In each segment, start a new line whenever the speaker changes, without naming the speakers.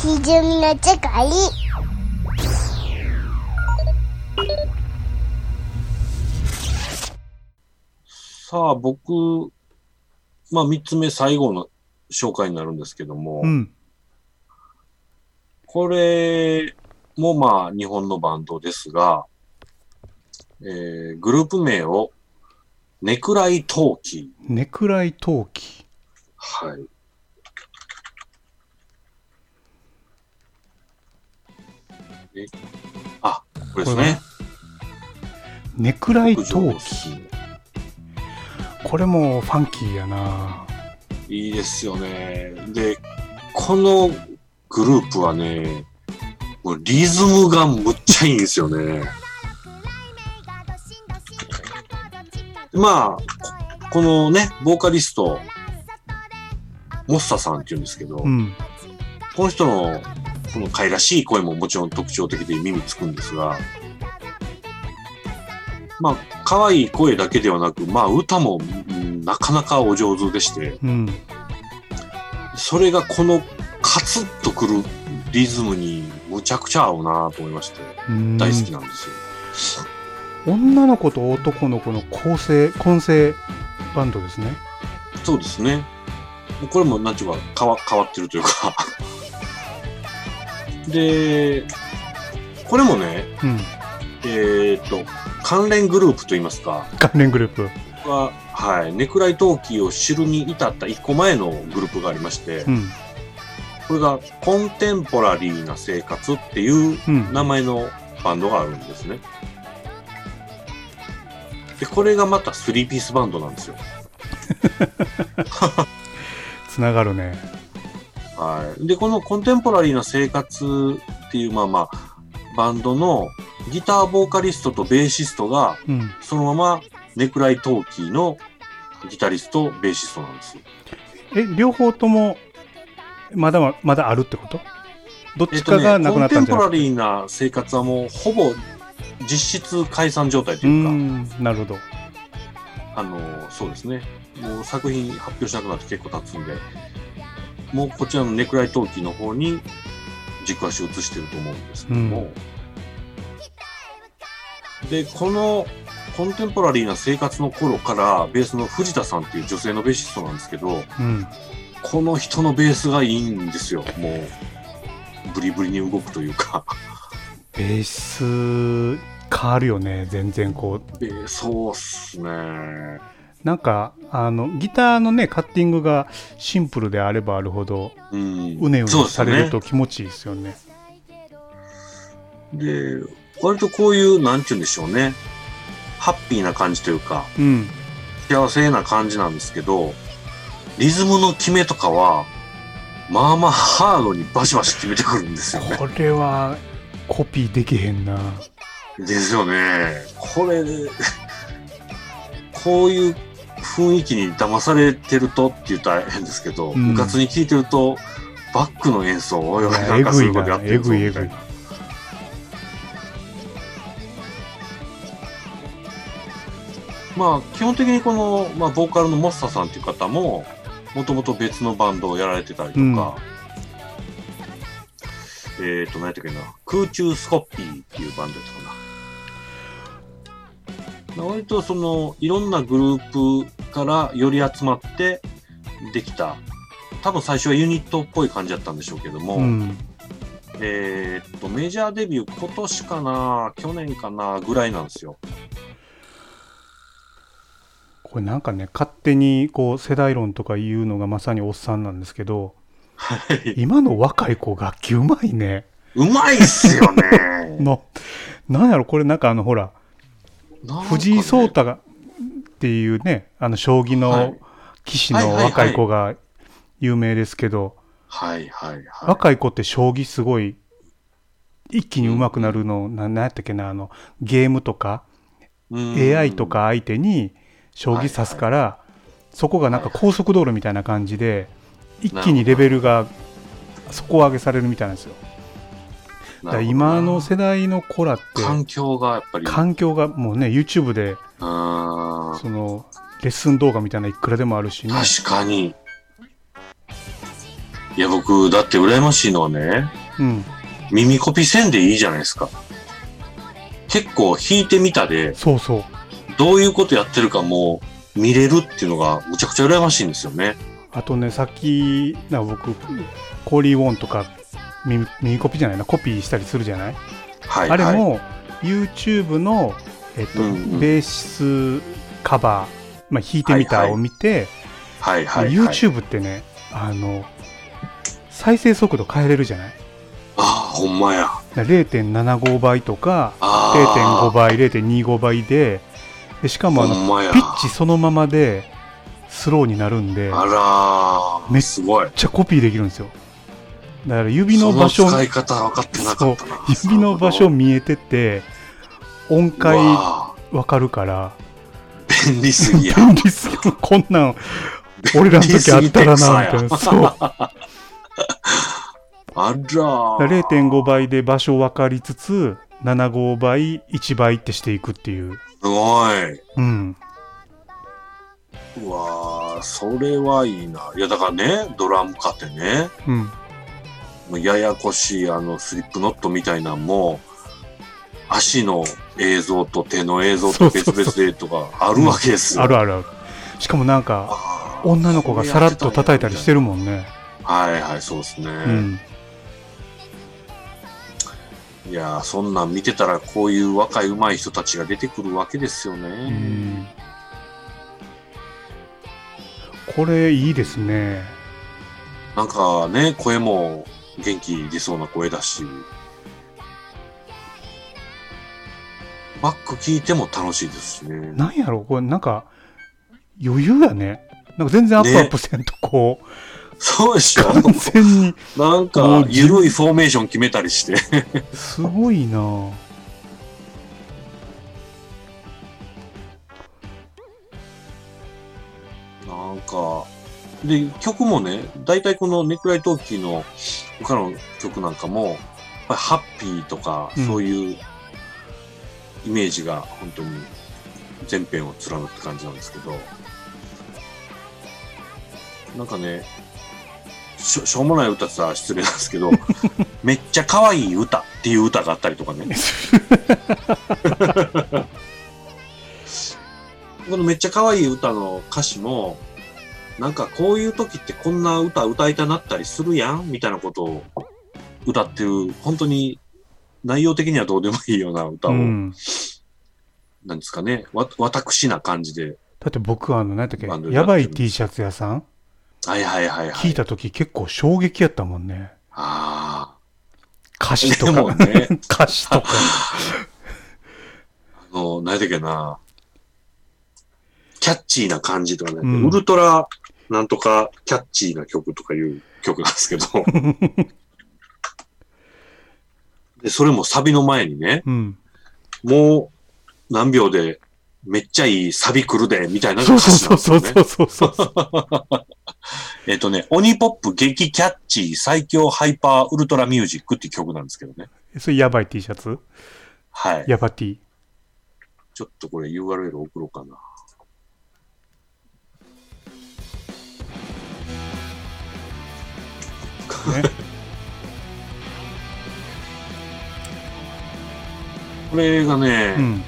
ひじゅみのちかい
さあ、僕、まあ、三つ目最後の紹介になるんですけども、
うん。
これもまあ、日本のバンドですが、えーグループ名を、ネクライトーキ
ネクライ陶器。
ー。はい。えあ、これですね。
ネクライ陶
北上
器。
す
これもファンキーやない
いですよね。で、このグループはね、もうリズムがむっちゃいいんですよね。まあ、このね、ボーカリスト、モッサさんって言うんですけど、
うん。
この人のこの可愛らしい声ももちろん特徴的で耳つくんですが、まあ、可愛い声だけではなく、まあ、歌も、うんなかなかお上手でして、
うん。
それがこのカツッとくるリズムにむちゃくちゃ合うなと思いまして、
うん
大好きなんですよ。
女の子と男の子の構成、混成バンドですね。
そうですね。これも、なんちゅうか、変わ変わってるというか。 で、これもね、
うん。
えっ、と、関連グループといいますか、
関連グループ。
は、はい、ネクライトーキーを知るに至った一個前のグループがありまして
う、ん。
これがコンテンポラリーな生活っていう
うん。
名前のバンドがあるんですね。で、これがまたスリーピースバンドなんですよ。
つながるね。
はい。で、このコンテンポラリーな生活っていう、まあまあ、バンドのギターボーカリストとベーシストが、
うん。
そのままネクライトーキーのギタリスト、ベーシストなんですよ。
え、両方とも、まだま、まだあるってことどっ
えっ
ち
と
かが
ね、
なく
コ
なっ
ンテ
たん
ン
じゃ
ポ
な
ラ
くて
リーな生活はもうほぼ実質解散状態と
う
いうか、
ん。なるほど。
あの、そうですね。もう作品発表しなくなって結構経つんで、もうこちらのネクライトーキーの方に軸足を移してると思うんですけども。で、このコンテンポラリーな生活の頃から、ベースの藤田さんっていう女性のベーシストなんですけど、
うん。
この人のベースがいいんですよ。もう、ブリブリに動くというか。
ベース、変わるよね。全然こう、
えーそうっすね。
なんかあのギターのねカッティングがシンプルであればあるほど
うん。
うねうね
そうっす
さ
ね
れると気持ちいいですよね。
で、割とこういう、なんて言うんでしょうね。ハッピーな感じというか、
うん
幸せな感じなんですけど、リズムの決めとかは、まあまあハードにバシバシ決めてくるんですよ ね。
これはコピーできへんな。
ですよね。これ、こういう雰囲気に騙されてるとって言ったら変ですけど、
うん
部活に聞いてると、バックの演奏を、おいおい
いや
な
え
んかそう
ぐ
い
いう
ことや
な
って
え
るぞ
ぐいえ
みた
ぐ
い
い
な。。まあ、基本的にこの、まあ、ボーカルのモッサさんっていう方も、もともと別のバンドをやられてたりとか、えっ、と、何やったっけな、空中スコッピーっていうバンドやったかな。割とその、いろんなグループからより集まってできた、多分最初はユニットっぽい感じだったんでしょうけども、
うん
えーっと、メジャーデビュー今年かな、去年かな、ぐらいなんですよ。
これなんかね勝手にこう世代論とか言うのがまさにおっさんなんですけど
はい。
今の若い子楽器うまいね。
うまいっすよね。
のなんやろこれなんかあのほら藤井聡太がっていうねあの将棋
はい
の棋士の若い子が有名ですけど、
はいはいはい。
若い子って将棋すごい一気に上手くなるの、ななんやったっけなあのゲームとか
うん
AI と。か相手に将棋指すから、そこがなんか高速道路みたいな感じで、一気にレベルが底上げされるみたいなんですよだ
な
か
るほど
ら
な
今の世代の子らって
環境がやっぱり。
環境がもうね YouTube で
あ
そのレッスン動画みたいないくらでもあるしね
確かに。いや、僕、だって羨ましいのはね、
うん、
耳コピせんでいいじゃないですか。結構弾いてみたで、
そうそう
どういうことやってるかも見れるっていうのがむちゃくちゃ羨ましいんですよね。
あとねさっきなんか僕コーリー・ウォンとか耳耳コピじゃないなコピーしたりするじゃない、
はい、
あれ
はい。
も YouTube の、えっと
うんうん
ベーシスカバー、まあ、弾いてみ
はい
た
はい
を見て、
はい、はい。はい
YouTube ってねあの再生速度変えれるじゃない
ああ、ほんまや。
だから0.75倍とか
ああ。
0.5倍0.25倍ででしかもあの
ほんまや。
ピッチそのままでスローになるんでめっ
あらー。
めっ
すごい。
ちゃコピーできるんですよだから指の場所
その使い方分かってなかったな。
指の場所見えてて音階
うわ
わかるから
ー便利す ぎや。
便利すぎるこんなん俺らの時あったらなみたいなそうだか
あらー。
ら0.5倍で場所分かりつつ75倍1倍ってしていくっていう
すごい。
うん
うわー、それはいいな。いや、だからね、ドラム買ってね、
うん
もうややこしいあのスリップノットみたいなんも、足の映像と手の映像と別々でとかあるわけですよ。
あるあるあるしかもなんか
あー
女の子がさらっと叩いたりしてるもんね
はいはい、そうですね。
うん
いやー、そんなん見てたらこういう若い上手い人たちが出てくるわけですよ
う
ね。
んこれいいですね
なんかね、声も元気出そうな声だし、バック聞いても楽しいですしね。
なんやろこれなんか余裕やねなんか全然アップアップせんとこう、
そうでしょ
完全に
なん
も
か
う、じ
ゆるいフォーメーション決めたりして。
すごいなぁ
なんか、で、曲もね、大体このネクライトーキーの他の曲なんかも、やっぱりハッピーとか、
うん
そういうイメージが本当に全編を貫くって感じなんですけど、なんかね、しょしょうもない歌って言ったら失礼なんですけど、めっちゃ可愛い歌っていう歌があったりとか ね。このめっちゃ可愛い歌の歌詞も、なんかこういう時ってこんな歌歌いたなったりするやんみたいなことを歌ってる、本当に内容的にはどうでもいいような歌を、
うん、
なんですかね、わ、私な感じで。
だって僕はあの何やったっけ
バンドでや
や
ってる
ばい T シャツ屋さん
はいはいはいは
聞い
い。
た時結構衝撃やったもんね
あ
歌詞
あ。
と
でも
か、
ね、
歌詞とか
あの、何だっけな、キャッチーな感じとかね、
うん
ウルトラなんとかキャッチーな曲とかいう曲なんですけ ど、でそれもサビの前にね、
うん
もう何秒でめっちゃいいサビ来るで、みたいな
そう
歌詞な
そ
ん
う
ですよね。
そうそうそうそうそう
えっとね、オニポップ激キャッチー最強ハイパーウルトラミュージックっていう曲なんですけどね。
それやばい T シャツ
はい。
やば T
ちょっとこれ URL 送ろうかな。
ね
これがね、
うん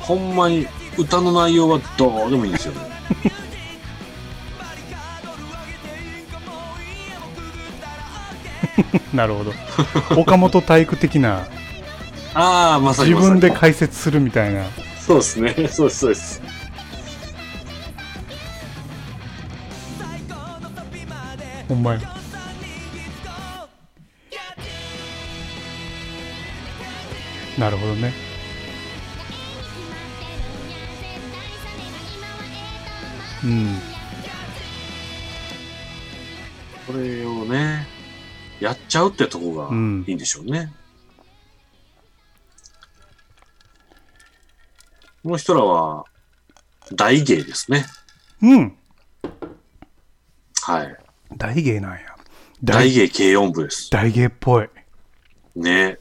ほんまに歌の内容はどうでもいいんですよね。
なるほど岡本体育的な
ああ、まさに
自
まさ
分
に
で解説するみたいな
そうですね。そうです、そうです。
ほんまやなるほどねうん
これをね、やっちゃうってとこが
うん
いいんでしょうね。この人らは、大芸ですね。
うん
はい。
大芸なんや
大芸軽音部です。
大芸っぽい
ね。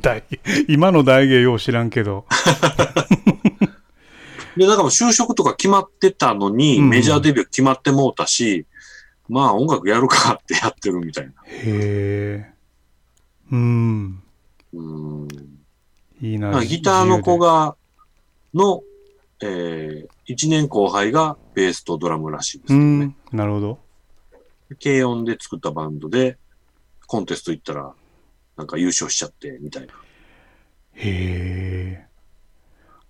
大今の大芸よう知らんけど
で、だから就職とか決まってたのに、
うんうん
メジャーデビュー決まってもうたし、まあ音楽やるかってやってるみたいな。
へえ。うん。
うん。
いいな。
まあ
自
ギターの子
自由で。
が、の、えー、1年後輩がベースとドラムらしいですけ
う
どね。
ん。なるほど。
軽音で作ったバンドで、コンテスト行ったら、なんか優勝しちゃって、みたいな。
へ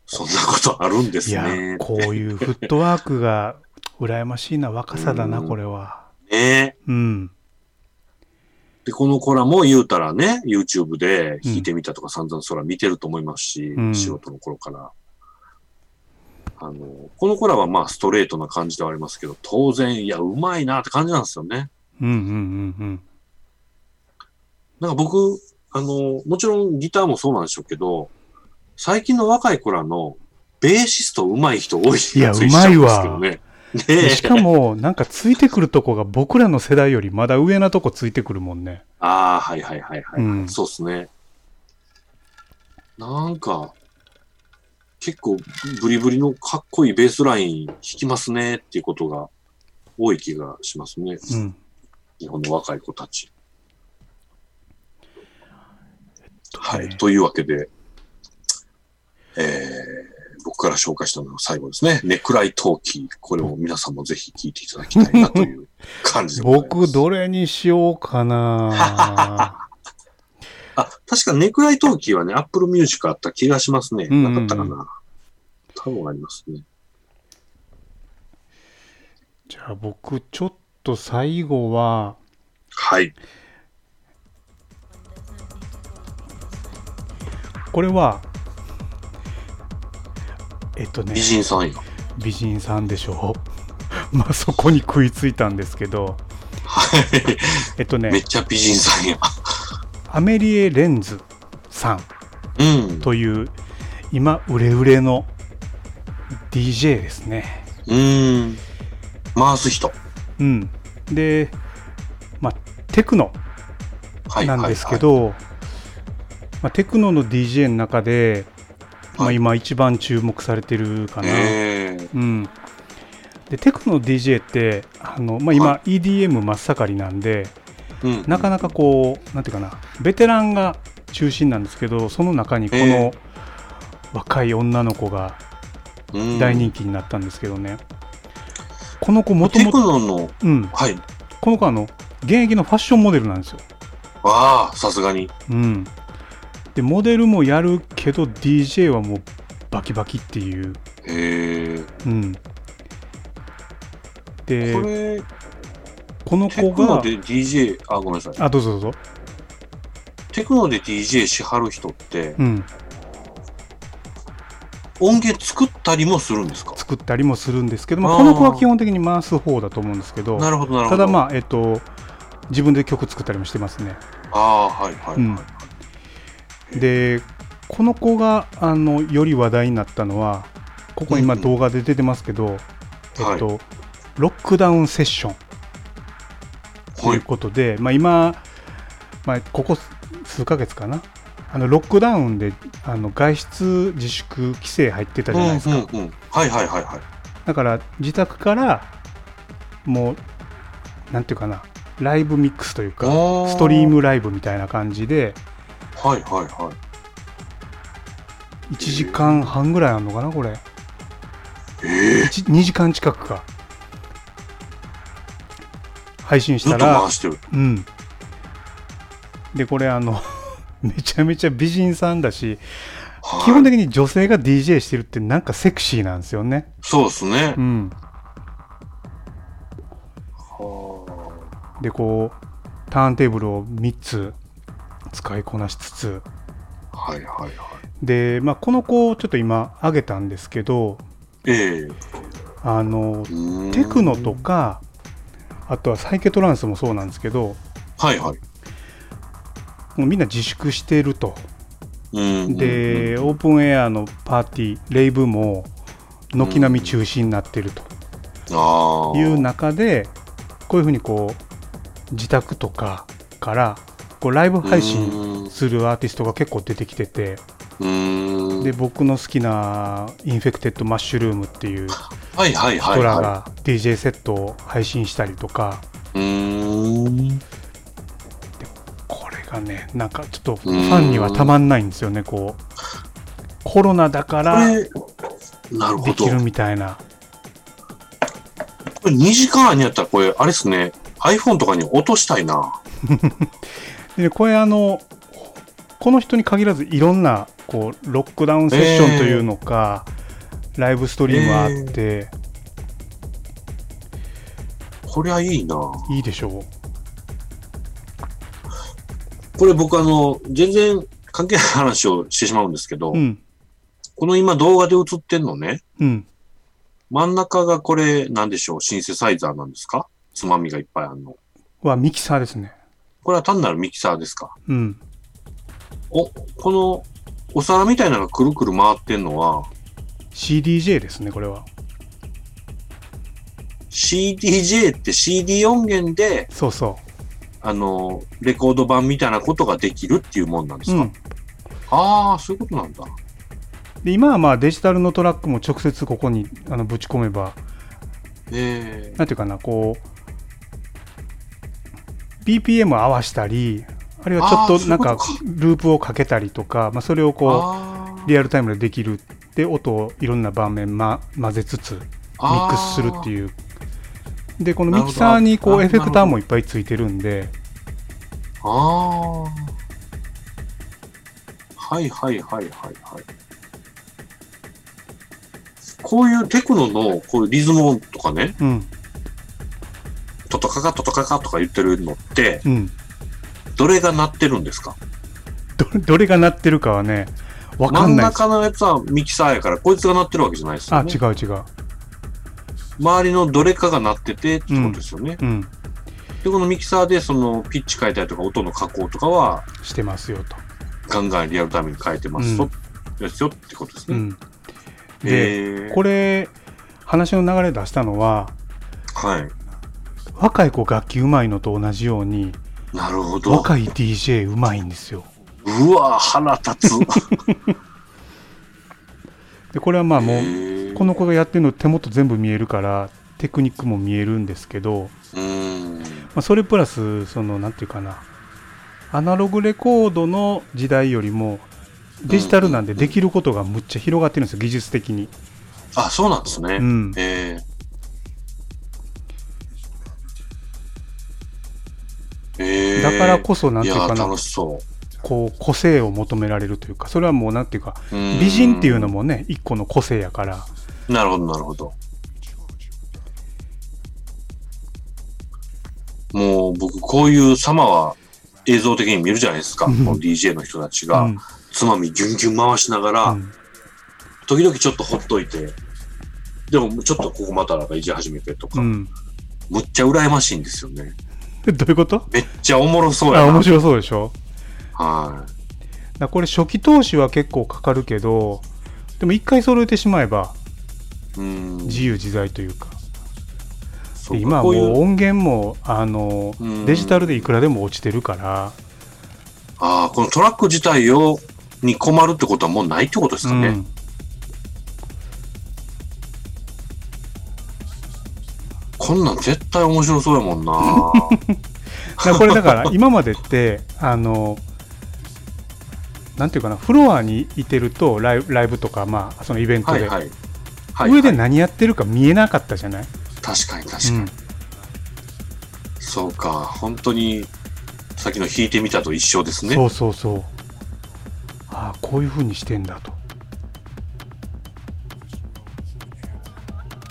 そんなことあるんで
え。い
す
や
ね、。
こういうフットワークが羨ましいな。若さだな、
うん
これは。
ね
うん。
で、この子らも言うたらね、YouTube で弾いてみたとか散々そら見てると思いますし、
うん
仕事の頃から。あの、この子らはまあストレートな感じではありますけど、当然、いや、うまいなって感じなんですよね。
うんうんうん
なんか僕、あの、もちろんギターもそうなんでしょうけど、最近の若い子らのベーシストうまい人多い
いや
気がしちゃうんですけどね。
うん。で
ね
しかも、なんかついてくるとこが僕らの世代よりまだ上なとこついてくるもんね。
ああ、はいはいはいはい。
うん
そうですね。なんか、結構ブリブリのかっこいいベースライン弾きますねっていうことが多い気がしますね。
うん。
日本の若い子たち。は
ね
い。というわけで、えー、僕から紹介したのが最後ですね。ネクライトーキー。これを皆さんもぜひ聞いていただきたいなと いう感じでございます。
僕、どれにしよう かな。
あ、確かネクライトーキーはね、アップルミュージックあった気がしますね。
うんうんう
なんかったかな。多分ありますね。
じゃあ僕、ちょっと最後は、
はい。
これは、えっとね
美、人さんや。
美人さんでしょう。 まあそこに食いついたんですけど、
はい。
えっと
めっ
ね、
ちゃ美人さんや。
アメリエ・レンズさん
うん。
という、今、売れ売れの DJ ですね。
うん。回す人。
うん。で、まあ、テクノ
はい。
なんですけど、まあ、テクノの DJ の中で、まあ、
はい
今一番注目されてるか
はい
な、
はい。えー。
うん、でテクノ DJ ってあの、まあ、今
は
EDM 真っ盛りなんで、
うん
なかなかこうなんていうかなベテランが中心なんですけどその中にこ
え
の若い女の子が大人気になったんですけどね、この子もと
テ
も
ク
と、
ノの、
うん、
はい。
この子あの現役のファッションモデルなんですよ
ああ、さすがに。
うん、でモデルもやるけど DJ はもうバキバキっていう、
へえ。
うん、で
こ
こ
れ、
の
テ
子
クノ
が
で DJ、あ、ごめんなさい。
あどうぞどうぞ、
テクノで DJ しはる人って、
うん、
音源作ったりもするんですか
作ったりもするんですけど、まあ、
あー
この子は基本的に回す方だと思うんですけど
なるほど、なるほ
た
ど。
だまあえっと自分で曲作ったりもしてますね
ああ、はいはいはい。
うんでこの子があのより話題になったのはここ今
うんうん
動画で出てますけど、えっとロックダウンセッションと。
はいいう
ことで、まあ、今、まあ、ここ数ヶ月かな、あのロックダウンであの外出自粛規制入ってたじゃないですか、
うんうんうん、はいはいはいはい。
だから自宅からもう、なんていうかな、ライブミックスというか、ストリー。ムライブみたいな感じで、
はいはいはい。
1時間半ぐらいあるのかな、これ、
ええ
一2時間近くか。配信し
ず
た
っと
ら
回、してる。
うん、でこれあの めちゃめちゃ美人さんだし
はい
基本的に女性が DJ してるってなんかセクシーなんですよね、
そうですね
う。ん、
は
でこうターンテーブルを3つ使いこなしつつ
あはいはいはい。
で、まあ、この子をちょっと今挙げたんですけど
え
あの
えうん
テクノと。かあとはサイケトランスもそうなんですけど
はいはい。
もうみんな自粛してると
うん
で、、オープンエアのパーティー、レイブも軒並み中止になってると
ああ。
いう中で、こういうふうにこう自宅とかからこうライブ配信
信。
するアーティストが結構出てきてて、
うん。
で僕の好きなインフェクテッドマッシュルームっていう
はいはいはい
人ら
は
が DJ セットを配信したりとか、
うーん。
これがねなんかちょっとファンにはたまんないんですよねこうコロナだか
こ
ら
れ、なるほ
で
ど。
きる
こ
みたいな
れ2時間にやったら、これ、あれですね、iPhone とかに落としたいな。
でこれあのこの人に限らずいろんなこうロックダウンセッションというのか、ライブストリームあって、
こりゃいいな。
いいでしょ
これ僕、あの、全然関係ない話をしてしまうんですけど、
ううん
この今動画で映ってんのね、
うん
真ん中がこれ、なんでしょう、シンセサイザーなんですかつまみがいっぱいあるの。
はミキサーですね
これは単なるミキサーですか
うん
お、この、お皿みたいなのがくるくる回ってんのは、
CDJ ですねこれは
CDJ って CD 音源で、
そうそ
あの、レコード版みたいなことができるっていうもんなんで
う、
す
う
か、
ん、
ああ、そういうことなんだ。
で今はまあデジタルのトラックも直接ここにあのぶち込めば
ええ
なんていうかなこう BPM を合わしたりあるいはちょ
あー
っとなんか
そういうこ
ループをかけたりとかまあ、それをこ
あ
うリアルタイムでできるで音をいろんな場面、ま、混ぜつつミックスするって
う。
いうでこの
なる
ミ
ほど
キサーにこ
あ
うエフェ
な
クタ
るほど
ーもいっぱいついてるんで
ああ。はいはいはいはいはい。こういうテクノのこういうリズム音とかね、
うん
トトカカトトカカとか言ってるのって、
うん
どれが鳴ってるんですか
どどれが鳴ってるかはねわか
真
ん
ん
ないです
中のやつはミキサーやから、こいつが鳴ってるわけじゃないです
あ
よね。
違う違う
周りのどれかが鳴っててってことですよね。
うん
で、このミキサーでそのピッチ変えたりとか音の加工とかは
してますよと
ガンガンリアルタイムに変えてますよ,、ですよってことです
う
ね。
んで、
えー
これ話の流れ出したのは
はい。
若い子楽器うまいのと同じように
なるほど。
若い DJ うまいんですよ
うわ腹立つ。
でこれは まあも
へ
う
ー
この子がやってるの手元全部見えるからテクニックも見えるんですけど、
うん。
まあ、それプラスその何て言うかなアナログレコードの時代よりもデジタルなんでできることがむっちゃ広がってるんですよ技術的に、
あ、そうなんですね。
うん、
えーえー
だからこそ何て言うか
いや
な
楽しそ
こう個性を求められるというかそれはもう何て言うか
ううん
美人っていうのもね一個の個性やから
なるほど、なるほど。もう僕、こういう様は映像的に見るじゃないですか。こ
うん
の DJ の人たちが、
うん
つまみギュンギュン回しながら、
うん
時々ちょっとほっといて、でもちょっとここまたなんかいじり始めてとか、
うん、
むっちゃ羨ましいんですよね。
え どういうこと
めっちゃおもろそうや
あ
な。
面白そうでしょ
は
だからこれ初期投資は結構かかるけどでも一回揃えてしまえば
い。うん。
自由自在というか、
そうか
で今は
こ
も
ういう
う音源もあの
うん
デジタルでいくらでも落ちてるから、
ああ、このトラック自体を、に困るってことはもうないってことです
う
かね。
ん、
こんなん絶対面白そうやも んな。
だからこれだ から今までってあのなんていうかなフロアにいてるとライブライブとか、まあ、そのイベント
は
で、
いはい。はい、
上で
はい
何やってるか見えなかったじゃない、
確かに確かに、そうか。本当に、さっきの弾いてみたと一緒です
うん
ね。
そうそうそうああこういうふうにしてんだと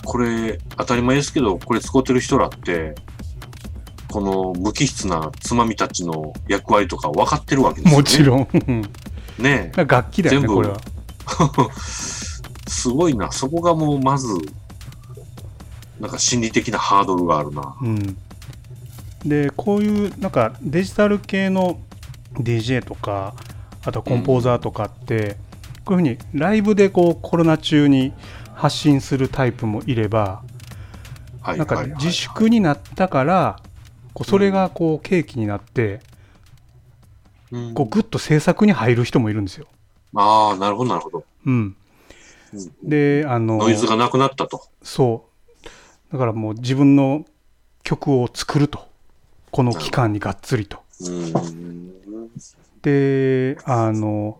これ、当たり前ですけど、これ使ってる人らって、この無機質なつまみたちの役割とか分かってるわけですよね。
もちろんうん
ん。ね
だから楽器だよね
全部
これは
え。すごいな。そこがもうまず、なんか心理的なハードルがあるな。
うん、でこういうなんかデジタル系の DJ とかあとはコンポーザーとかって、こういうふうにライブでこうコロナ中に発信するタイプもいれば
はい
なん
はい、は
か
い。
自粛になったからこうそれがこう契機になって
うん
こうグッと制作に入る人もいるんですよ。
ああ、なるほど、なるほど。
うん、
うん
であの
ノイズがなくなったと。
そうだからもう自分の曲を作るとこの期間にがっつりと。
うん。
で、あの、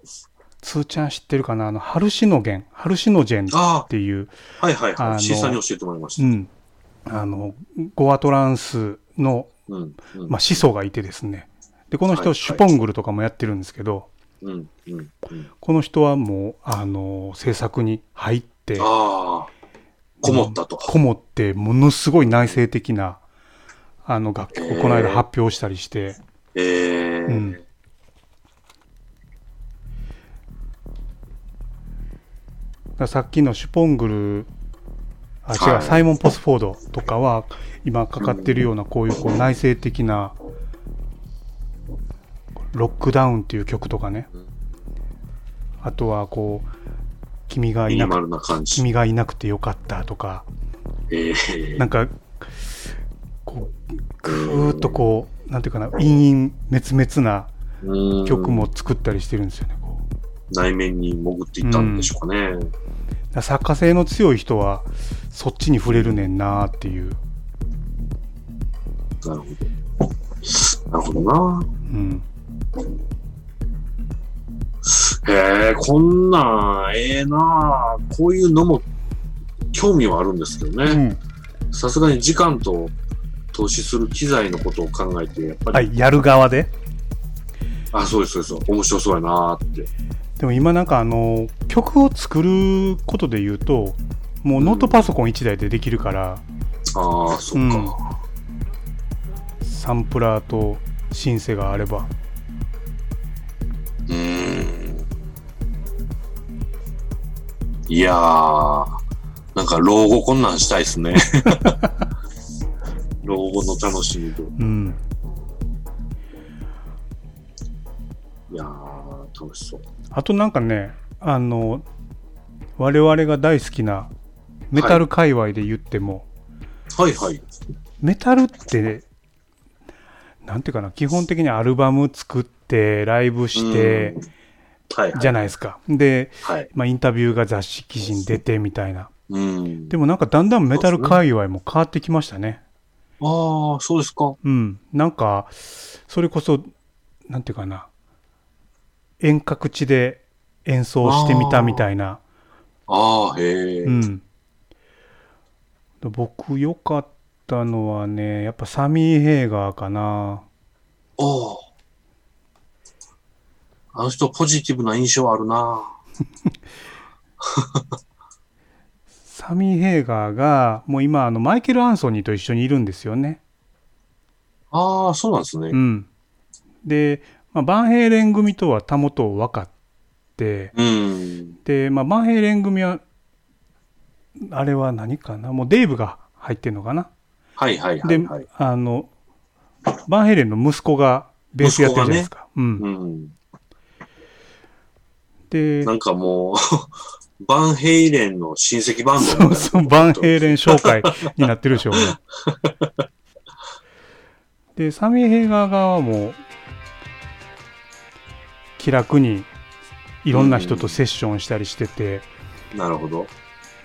つーちゃん知ってるかなあの、ハルシノゲン、ハルシノジェンっ
あ
ていう、
あ、はいはい
あ
は
の
い。C さんに教えてもらいまし
う
た。
ん、あの、ゴアトランスの、
うん。うん
まあ、始祖がいてですね。で、この
はいは
人、
い
シュポングルとかもやってるんですけど、
うん。うん。うん
この人はもう、あの、制作に入って、
ああ、こもったと。
こもって、ものすごい内省的な、あの、楽曲をこの間
へー
発表したりして、
ええ
うんだからさっきのシュポングル、あ、違う、
はい
サイモン・ポスフォードとかは、今かかってるような、こういうこう内省的な、ロックダウンっていう曲とかね
うん、
あとは、こう、君が
ミ
い
ニ
な
マ
く
ルな感じ。
君がいなくてよかったとか、
ええ
なんか、こう、ぐーっとこう、なんていうかな、陰々滅々な
うん
曲も作ったりしてるんですよね。こう
内面に潜っていったんでしょうかね。
だから作家性の強い人は、そっちに触れるねんなーっていう。
なるほど。なるほどな。
うん。
へえ、こんなん、ええなあこういうのも興味はあるんですけど
う
ね。
ん
さすがに時間と投資する機材のことを考えて、やっぱり、
はい、やる側で。
あ、そうです、そうです、面白そうやなあって。
でも今なんかあの、曲を作ることで言うと、もうノートパソコン1台でできるから、
ああ、そっ
うん
か。
サンプラーとシンセがあれば。
うーん。いやー、なんか老後こんなんしたいで すね。老後の楽しみと。
うん。
いやー、楽しそう。
あとなんかね、あの、我々が大好きなメタル界隈で言っても、
はいはい。
メタルって、なんていうかな、基本的にアルバム作って、ライブして
うん、、はいはい。
じゃないですか。で、
はい。
まあ、インタビューが雑誌記事に出てみたいな。
うん。
でもなんかだんだんメタル界隈も変わってきましたね。
ああ、そうですか。
うん。なんか、それこそ、なんていうかな、遠隔地で演奏してみたみたいな。
ああ、へえ。
うん。僕良かったのはね、やっぱサミー・ヘーガーかな。
おお。あの人、ポジティブな印象あるな。
サミー・ヘーガーが、もう今、あの、マイケル・アンソニーと一緒にいるんですよね。
ああ、そうなんですね。
うん。で、まあ、バンヘイレン組とはたもと分かって、
うん。
で、まあ、バンヘイレン組は、あれは何かなもうデイブが入ってんのかな
はいはいは
で、
い、はい。
あの、バンヘイレンの息子がベースやってるじゃないですか。うん。
うん。
で、
なんかもう、 バンヘイレンの親戚バンドみたい
そう
な
そう、バンヘイレン紹介になってるでしょうね。 で、サミー・ヘイガー側も、気楽にいろんな人とセッションしたりしてて、
なるほど。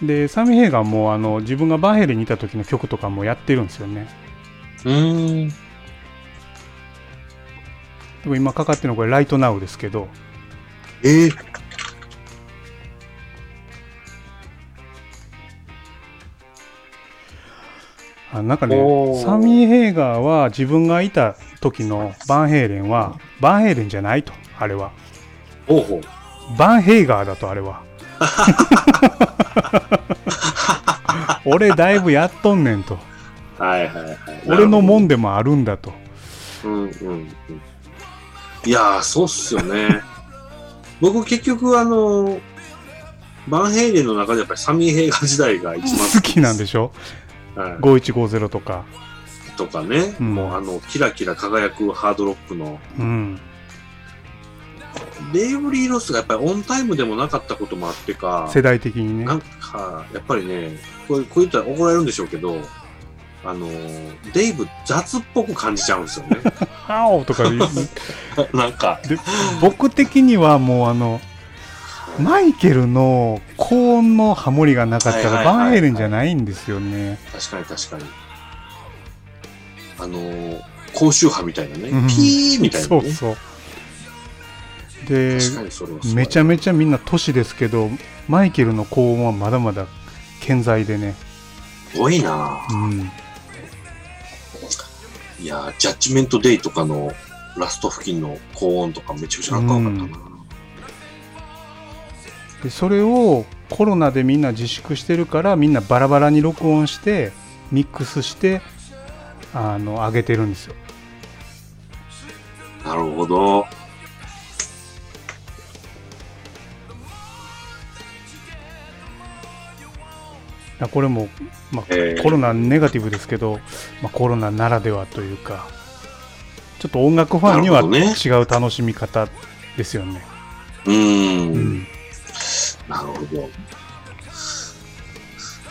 で、サミー・ヘイガーもあの自分がバンヘイレンにいた時の曲とかもやってるんですよね。
うーん。
でも今かかってるのこれ、ライトナウですけど、
ええ
あなんかね
お、ー
サミー・ヘイガーは自分がいた時のバンヘイレンは、バンヘイレンじゃないと、あれは。
ほうほう。
バンヘイガーだとあ れは俺だいぶやっとんねんと
はいはいはい。
俺のも
ん。
んでもあるんだと
うんうんうん。いやー、そうっすよね。 僕結局あの、バンヘイレンの中でやっぱりサミーヘイガー時代が一番
好きなんでしょ
はい
5150とか
とかね、
うん
もうあの、キラキラ輝くハードロックの、
うん
レイブリー・ロスがやっぱりオンタイムでもなかったこともあってか、
世代的に
な
ね
んか、やっぱりね、こうこう言ったら怒られるんでしょうけど、あの、デイブ雑っぽく感じちゃうんですよ ね。
「あお」とかで
なんか、
で僕的にはもうあのマイケルの高音のハモリがなかった
は
ら
いはいはいはい
バンヘイレンじゃないんですよね
確かに確かに。あの、高周波みたいなね、
うん
ピーみたいな
そ
ね
うそうで
確かにそれはそうだ
めちゃめちゃみんな都市ですけどマイケルの高音はまだまだ健在でね、
すごいな
うん、
いやージャッジメントデイとかのラスト付近の高音とかめちゃくちゃかっこよかったな、
うんでそれをコロナでみんな自粛してるからみんなバラバラに録音してミックスしてあの上げてるんですよ
なるほど
だからこれも、まあ
えー
コロナネガティブですけど、まあ、コロナならではというかちょっと音楽ファンには
なるほどね
違う楽しみ方ですよね。
うーん
うん
んなるほど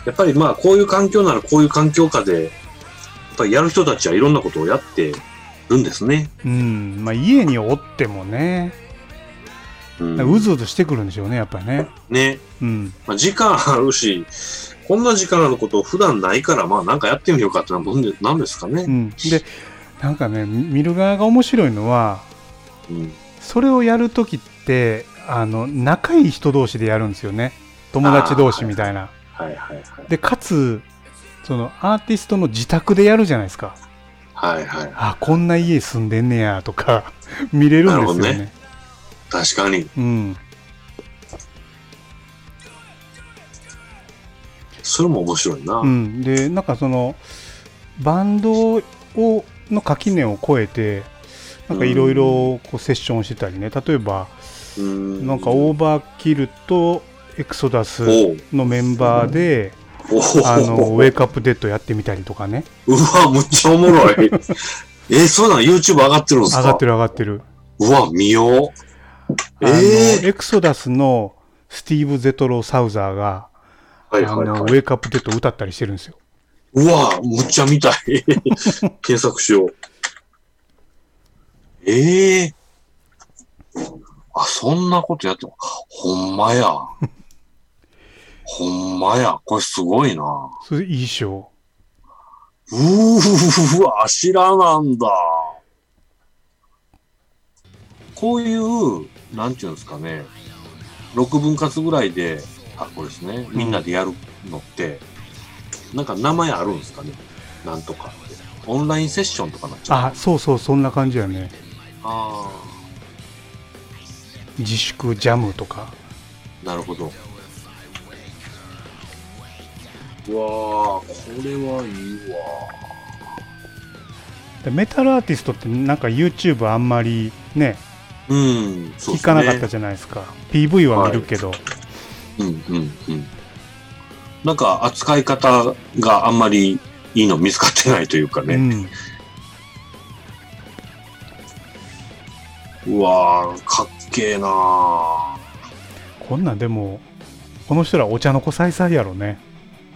やっぱりまあこういう環境ならこういう環境下でやっぱりやる人たちはいろんなことをやってるんですね、
うんまあ、家におってもね、
うん
うずうずしてくるんでしょうね、やっぱりね。
ね
うん、
まあ、時間あるし、こんな時間あること普段ないから、まあなんかやってみようかってのはどんで、なんですか
う
ね。
ん、で、なんかね、見る側が面白いのは、
うん。
それをやるときってあの仲いい人同士でやるんですよね友達同士みたいな、
はいはいはい。
でかつそのアーティストの自宅でやるじゃないですか
はいはい。
あこんな家住んでんねやとか見れるんですよ
な
ね
るほど確かに。
うん
それも面白いな。
うん、でなんかそのバンドをの垣根を越えてなんかいろいろこうセッションしてたりね例えば
うん
なんかオーバーキルとエクソダス
おう
のメンバーで、
おう
あの、ウェイクアップデッドやってみたりとかね。
うわ、むっちゃおもろ い。え、そうなん YouTube 上がってるんですか
上がってる上がってる。
うわ、見よう。
あの、
ええ
エクソダスのスティーブ・ゼトロ・サウザーが、
はいはい
あの、ウ
は
ェ
い。
イクアップデッドを歌ったりしてるんですよ。
うわ、むっちゃ見た い。検索しよう。ええあ、そんなことやっても、ほんま や。ほんまや。これすごいな。
それいいショー。
うーわ、知らなんだ。こういう、なんていうんですかね、6分割ぐらいで、あ、これですね、みんなでやるのって、なんか名前あるんですかね、なんとかって。オンラインセッションとかなっちゃう。
あ、そうそう、そんな感じやね。
あ
自粛ジャムとか。
ーなるほど。うわー、これはいいわ。
でメタルアーティストってなんか YouTube あんまりね、
うん、そうです
聞
ね。
かなかったじゃないですか。PV は見るけど。
うんうんうん。なんか扱い方があんまりいいの見つかってないというか
う
ね。
ん。
うわー、かっけえなー
こんなんでも、この人らお茶の子さいさいやろね。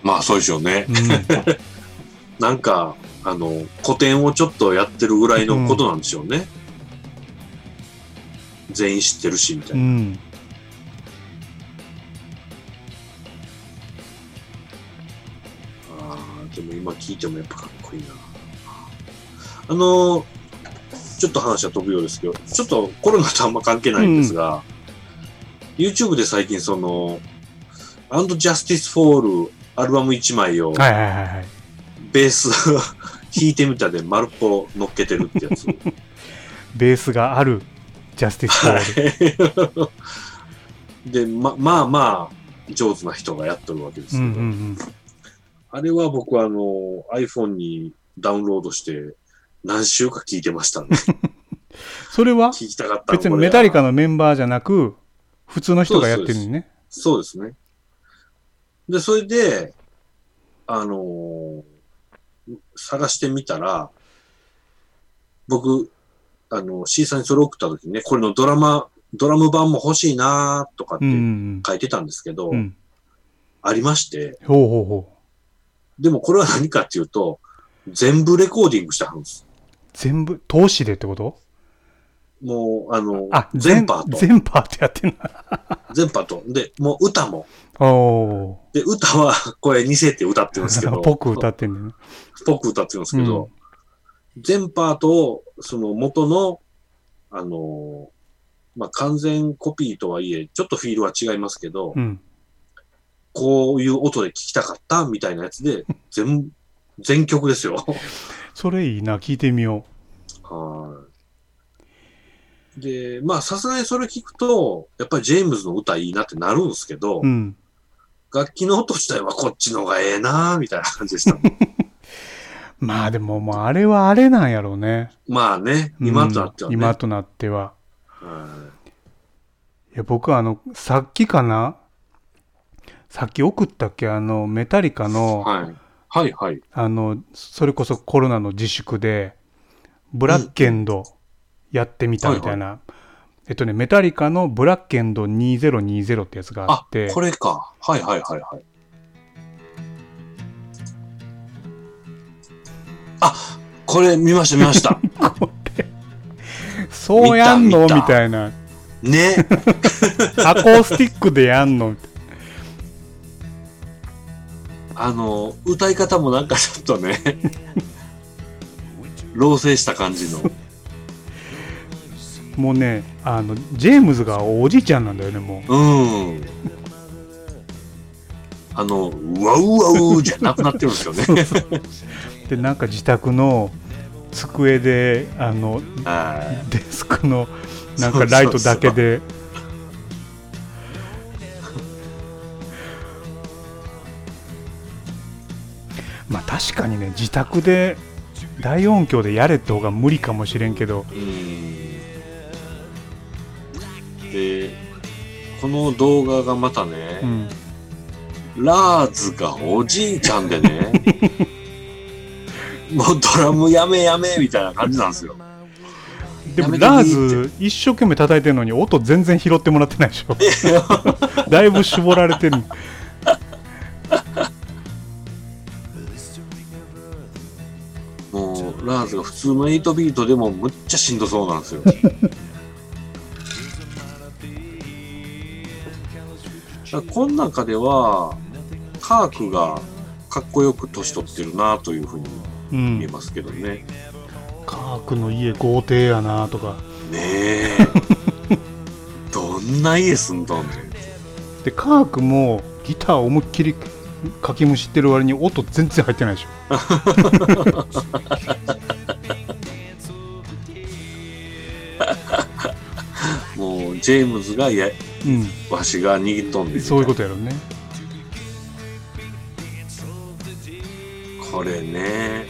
まあそうでしょうね
う。ん。
なんか、あの、古典をちょっとやってるぐらいのことなんでしょうね。全員知ってるし、みたいうな。
ん。
あーでも今聞いてもやっぱかっこいいな。あのーちょっと話は飛ぶようですけど、ちょっとコロナとあんま関係ないんですが、YouTube で最近その、アンドジャスティス・フォールアルバム1枚を
はいはいはいはい。
ベース弾いてみたで丸っこ乗っけてるってや つ。
ベースがあるジャスティス・ポール。
で、ま、まあまあ、上手な人がやってるわけですけ
う
ど、
んうんうん、
あれは僕はあの iPhone にダウンロードして何週か聞いてま したね。
それは
聞きたかったの
別に
これ
メタリカのメンバーじゃなく普通の人がやってるのね
そうですね。で、それで、あのー探してみたら、僕、あの、C さんにそれ送った時にね、これのドラマ、ドラム版も欲しいなーとかっ
うんうん
て
うん
書いてたんですけど、
うん
ありまして、
ほうほうほう
でもこれは何かっていうと、全部レコーディングしたんです。
全部投資でってこと
もう、あの、
あ
全パート。
全パートやってんな
全パート。で、もう歌も。
お
で、歌 はこれ似せて歌ってるんですけど
ー。ぽく歌ってんだよね
ぽく歌ってるんですけど、全パートを、その元の、あの、まあ、完全コピーとはいえ、ちょっとフィールは違いますけど、
うん。
こういう音で聞きたかったみたいなやつで、全、全曲ですよ。
それいいな、聞いてみよ
はい。で、まあ、さすがにそれ聞くと、やっぱりジェームズの歌いいなってなるんですけど、
う。うん。
楽器の音自体はこっちのがええなみたいな感じでしたも ん。
まあでも、もうあれはあれなんやろうね。
まあね、
うん
今となってはね。
今となっては。
はい
や、僕はあの、さっきかなさっき送ったっけあの、メタリカの、
はい。はいはい。
あの、それこそコロナの自粛で、ブラッケンドやってみたみたいな。えっとね、メタリカのブラッケンド2020ってやつがあ
あ
って、、
これか。はいはいはいはい。あ、これ見ました見ま した。
そうやんの
見
み
た見た
たいな。
ね。
アコースティックでやんの
あの、歌い方もなんかちょっとね、老成した感じの。
もうね、あの、ジェームズがおじいちゃんなんだよね、もう。
うん。あの、ワウワウじゃなくなってるんですよ ね。
で、なんか自宅の机で、あの、
は
デスクのなんかライトだけでまあ確かにね自宅で大音響でやれって方が無理かもしれんけど
いうん。で、この動画がまた
う
ね、
ん
ラーズがおじいちゃんで ね、もうドラムやめやめみたいな感じなんですよ。
でも
や
ラー
めていいって
ズ一生懸命叩いてるのに音全然拾ってもらってないでし ょだいぶ絞られてる
もう、ラーズが普通の8ビートでもむっちゃしんどそうなんですよ。だからこの中では、カークがかっこよく年取ってるなというふうに
う
見え
ん
ますけどね。
カークの家豪邸やなとか
ね え。どんな家住んどんねん。
でカークもギター思いっきりかきむしってる割に音全然入ってないでしょ
もう、ジェームズがや、
う
わしが握っとんね
ん、
ん。
そういうことやろうね。
これね。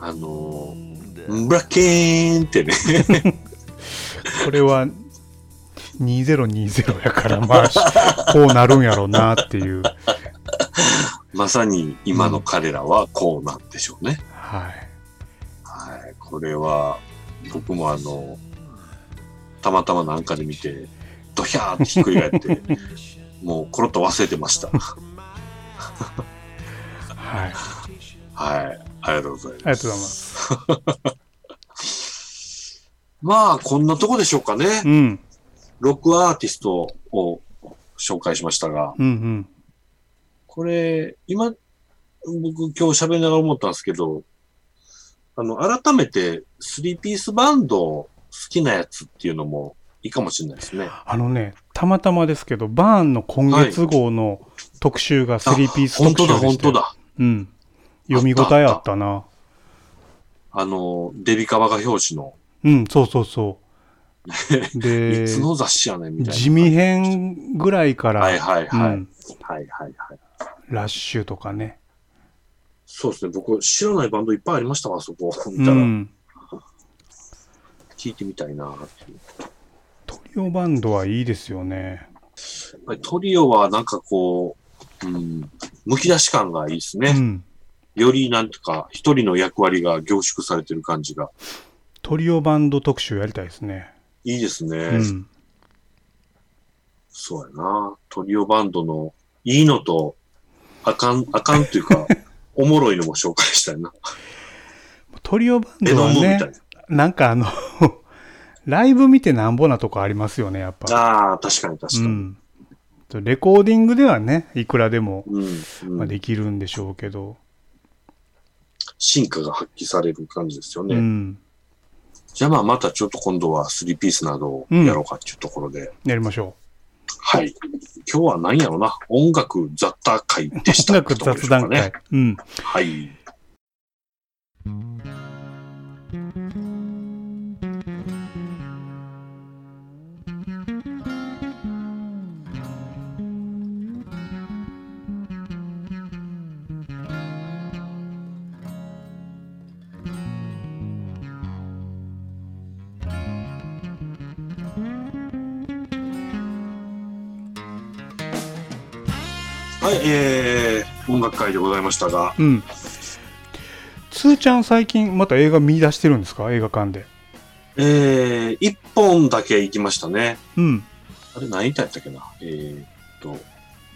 あのー、ブラッケーンってね、
これは2020やから、まあ、しこうなるんやろうなっていう。
まさに今の彼らはこうなんでしょうね。
はい。
はい。これは、僕もあの、たまたまなんかで見て、ドヒャーってひっくり返 って、もうコロッと忘れてました。
はい。あり
はい。ありがとうございます。
がとうございます。
まあ、こんなとこでしょうかね。
うん、
ロックアーティストを紹介しましたが、
うん、うん。
これ、今、僕今日喋りながら思ったんですけど、あの、改めて、スリーピースバンド好きなやつっていうのもいいかもしれないですね。
あのね、たまたまですけど、バーンの今月号の特集がスリーピース
本
特
当だ、
集でした。
本当。だ。
うん。読み応えあったな。
あの、デビカバが表紙の、
うん、そうそう そう。
い
で、
つの雑誌やねんみたいな。
地味編ぐらいから、
はいはいはい。
うん
はいはいはい。
ラッシュとかね。
そうですね、僕、知らないバンドいっぱいありましたわ、そこ。 見
う
たら、
ん。
聞いてみたいなっていう。
トリオバンドはいいですよ
や
ね。
っぱりトリオはなんかこう、うん、むき出し感がいいですね。
うん。
よりなんとか、一人の役割が凝縮されてる感じが。
トリオバンド特集やりたいですね。
いいですね。
うん。
そうやな。トリオバンドのいいのと、あかん、あかんという か、おもろいのも紹介したいな。
トリオバン
エ
ド
ノ
は
ムみたい
ね
な、。
なんかあの、 ライブ見てなんぼなとこありますよね、やっぱ。
ああ、確かに確か
う
に。
ん。とレコーディングではね、いくらでも、
うん、うん
まあ、できるんでしょうけど、
進化が発揮される感じですよね。
うん、
じゃあまあまたちょっと今度は3ピースなどをやろうかっていうところで、
やりましょ
はい。今日は何やろうな、音楽雑多会でし
う。
た。
音楽雑談
ね
会。。うん。
はい。はい、えー、音楽会でございましたが、
うん。つーちゃん最近また映画見出してるんですか映画館で。
えー、一本だけ行きましたね。
うん。
あれ何言ったやったっけなえーっと、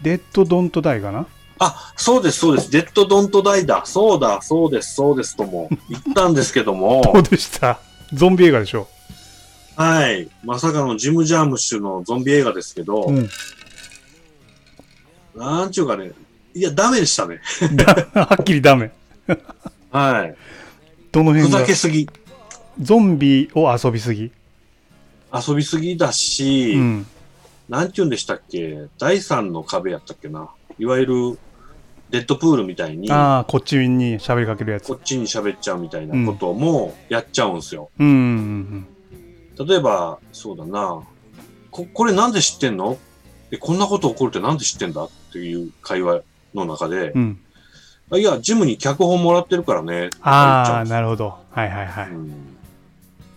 デッド・ドント・ダイかな
あ、そうです、そうです。デッドドントダイだ。そうだ、そうです、そうですとも言ったんですけど も、
どうでしたゾンビ映画でしょ。
はい。まさかのジム・ジャームッシュのゾンビ映画ですけど、
うん。
なんちゅうかね、いや、ダメでしたね。
はっきりダメ。
はい。
どの
ふ
辺
ざ
が
けすぎ、
ゾンビを遊びすぎ。
遊びすぎだし、
うん。
なんて言うんでしたっけ、第三の壁やったっけな。いわゆる、デッドプールみたいに、
ああ、こっちに喋りかけるやつ。
こっちに喋っちゃうみたいなこともやっちゃうんですよ。
うんうん
例えば、そうだな、ここれなんで知ってんのえ、こんなこと起こるってなんで知ってんだっていう会話の中で
うん。、うん。
あいや、ジムに脚本もらってるからね。って言っちゃ
あ
うん
あ、
です
なるほど。はいはいはい。
うん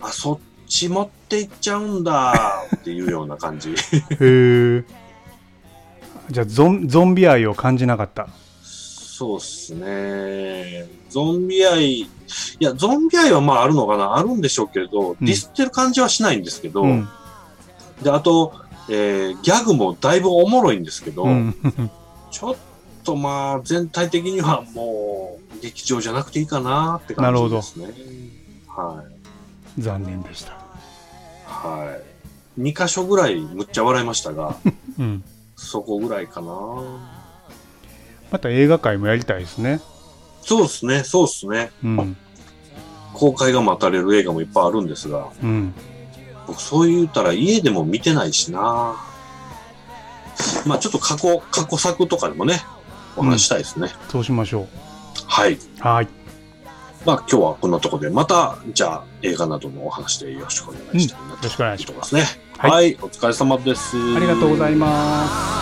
あ、そっち持って行っちゃうんだっていうような感じ。
へえ。じゃあゾン、ゾンビ愛を感じなかった。
そうっすね。ゾンビ愛、いや、ゾンビ愛はまああるのかな、あるんでしょうけど、
うん
ディスってる感じはしないんですけど、
うん。
で、あと、えーギャグもだいぶおもろいんですけど、
うん。
ちょっとまあ全体的にはもう劇場じゃなくていいかなって感じですね。はい。
残念でした。
はい。2箇所ぐらいむっちゃ笑いましたが、
うん。
そこぐらいかな。
また映画界もやりたいですね。
そうっすね、そうっすね。
うん。
公開が待たれる映画もいっぱいあるんですが、
うん。
僕そう言うたら家でも見てないしなまあちょっと過去、過去作とかでもね、お話したいですね。
そうしましょ
はい。
う。はい。
まあ今日はこんなところで、また、じゃあ映画などのお話でよろしくお願いしたいなと、
うんよろしくお願いし
ますね。
はい
はい、お疲れ様です。
ありがとうございます。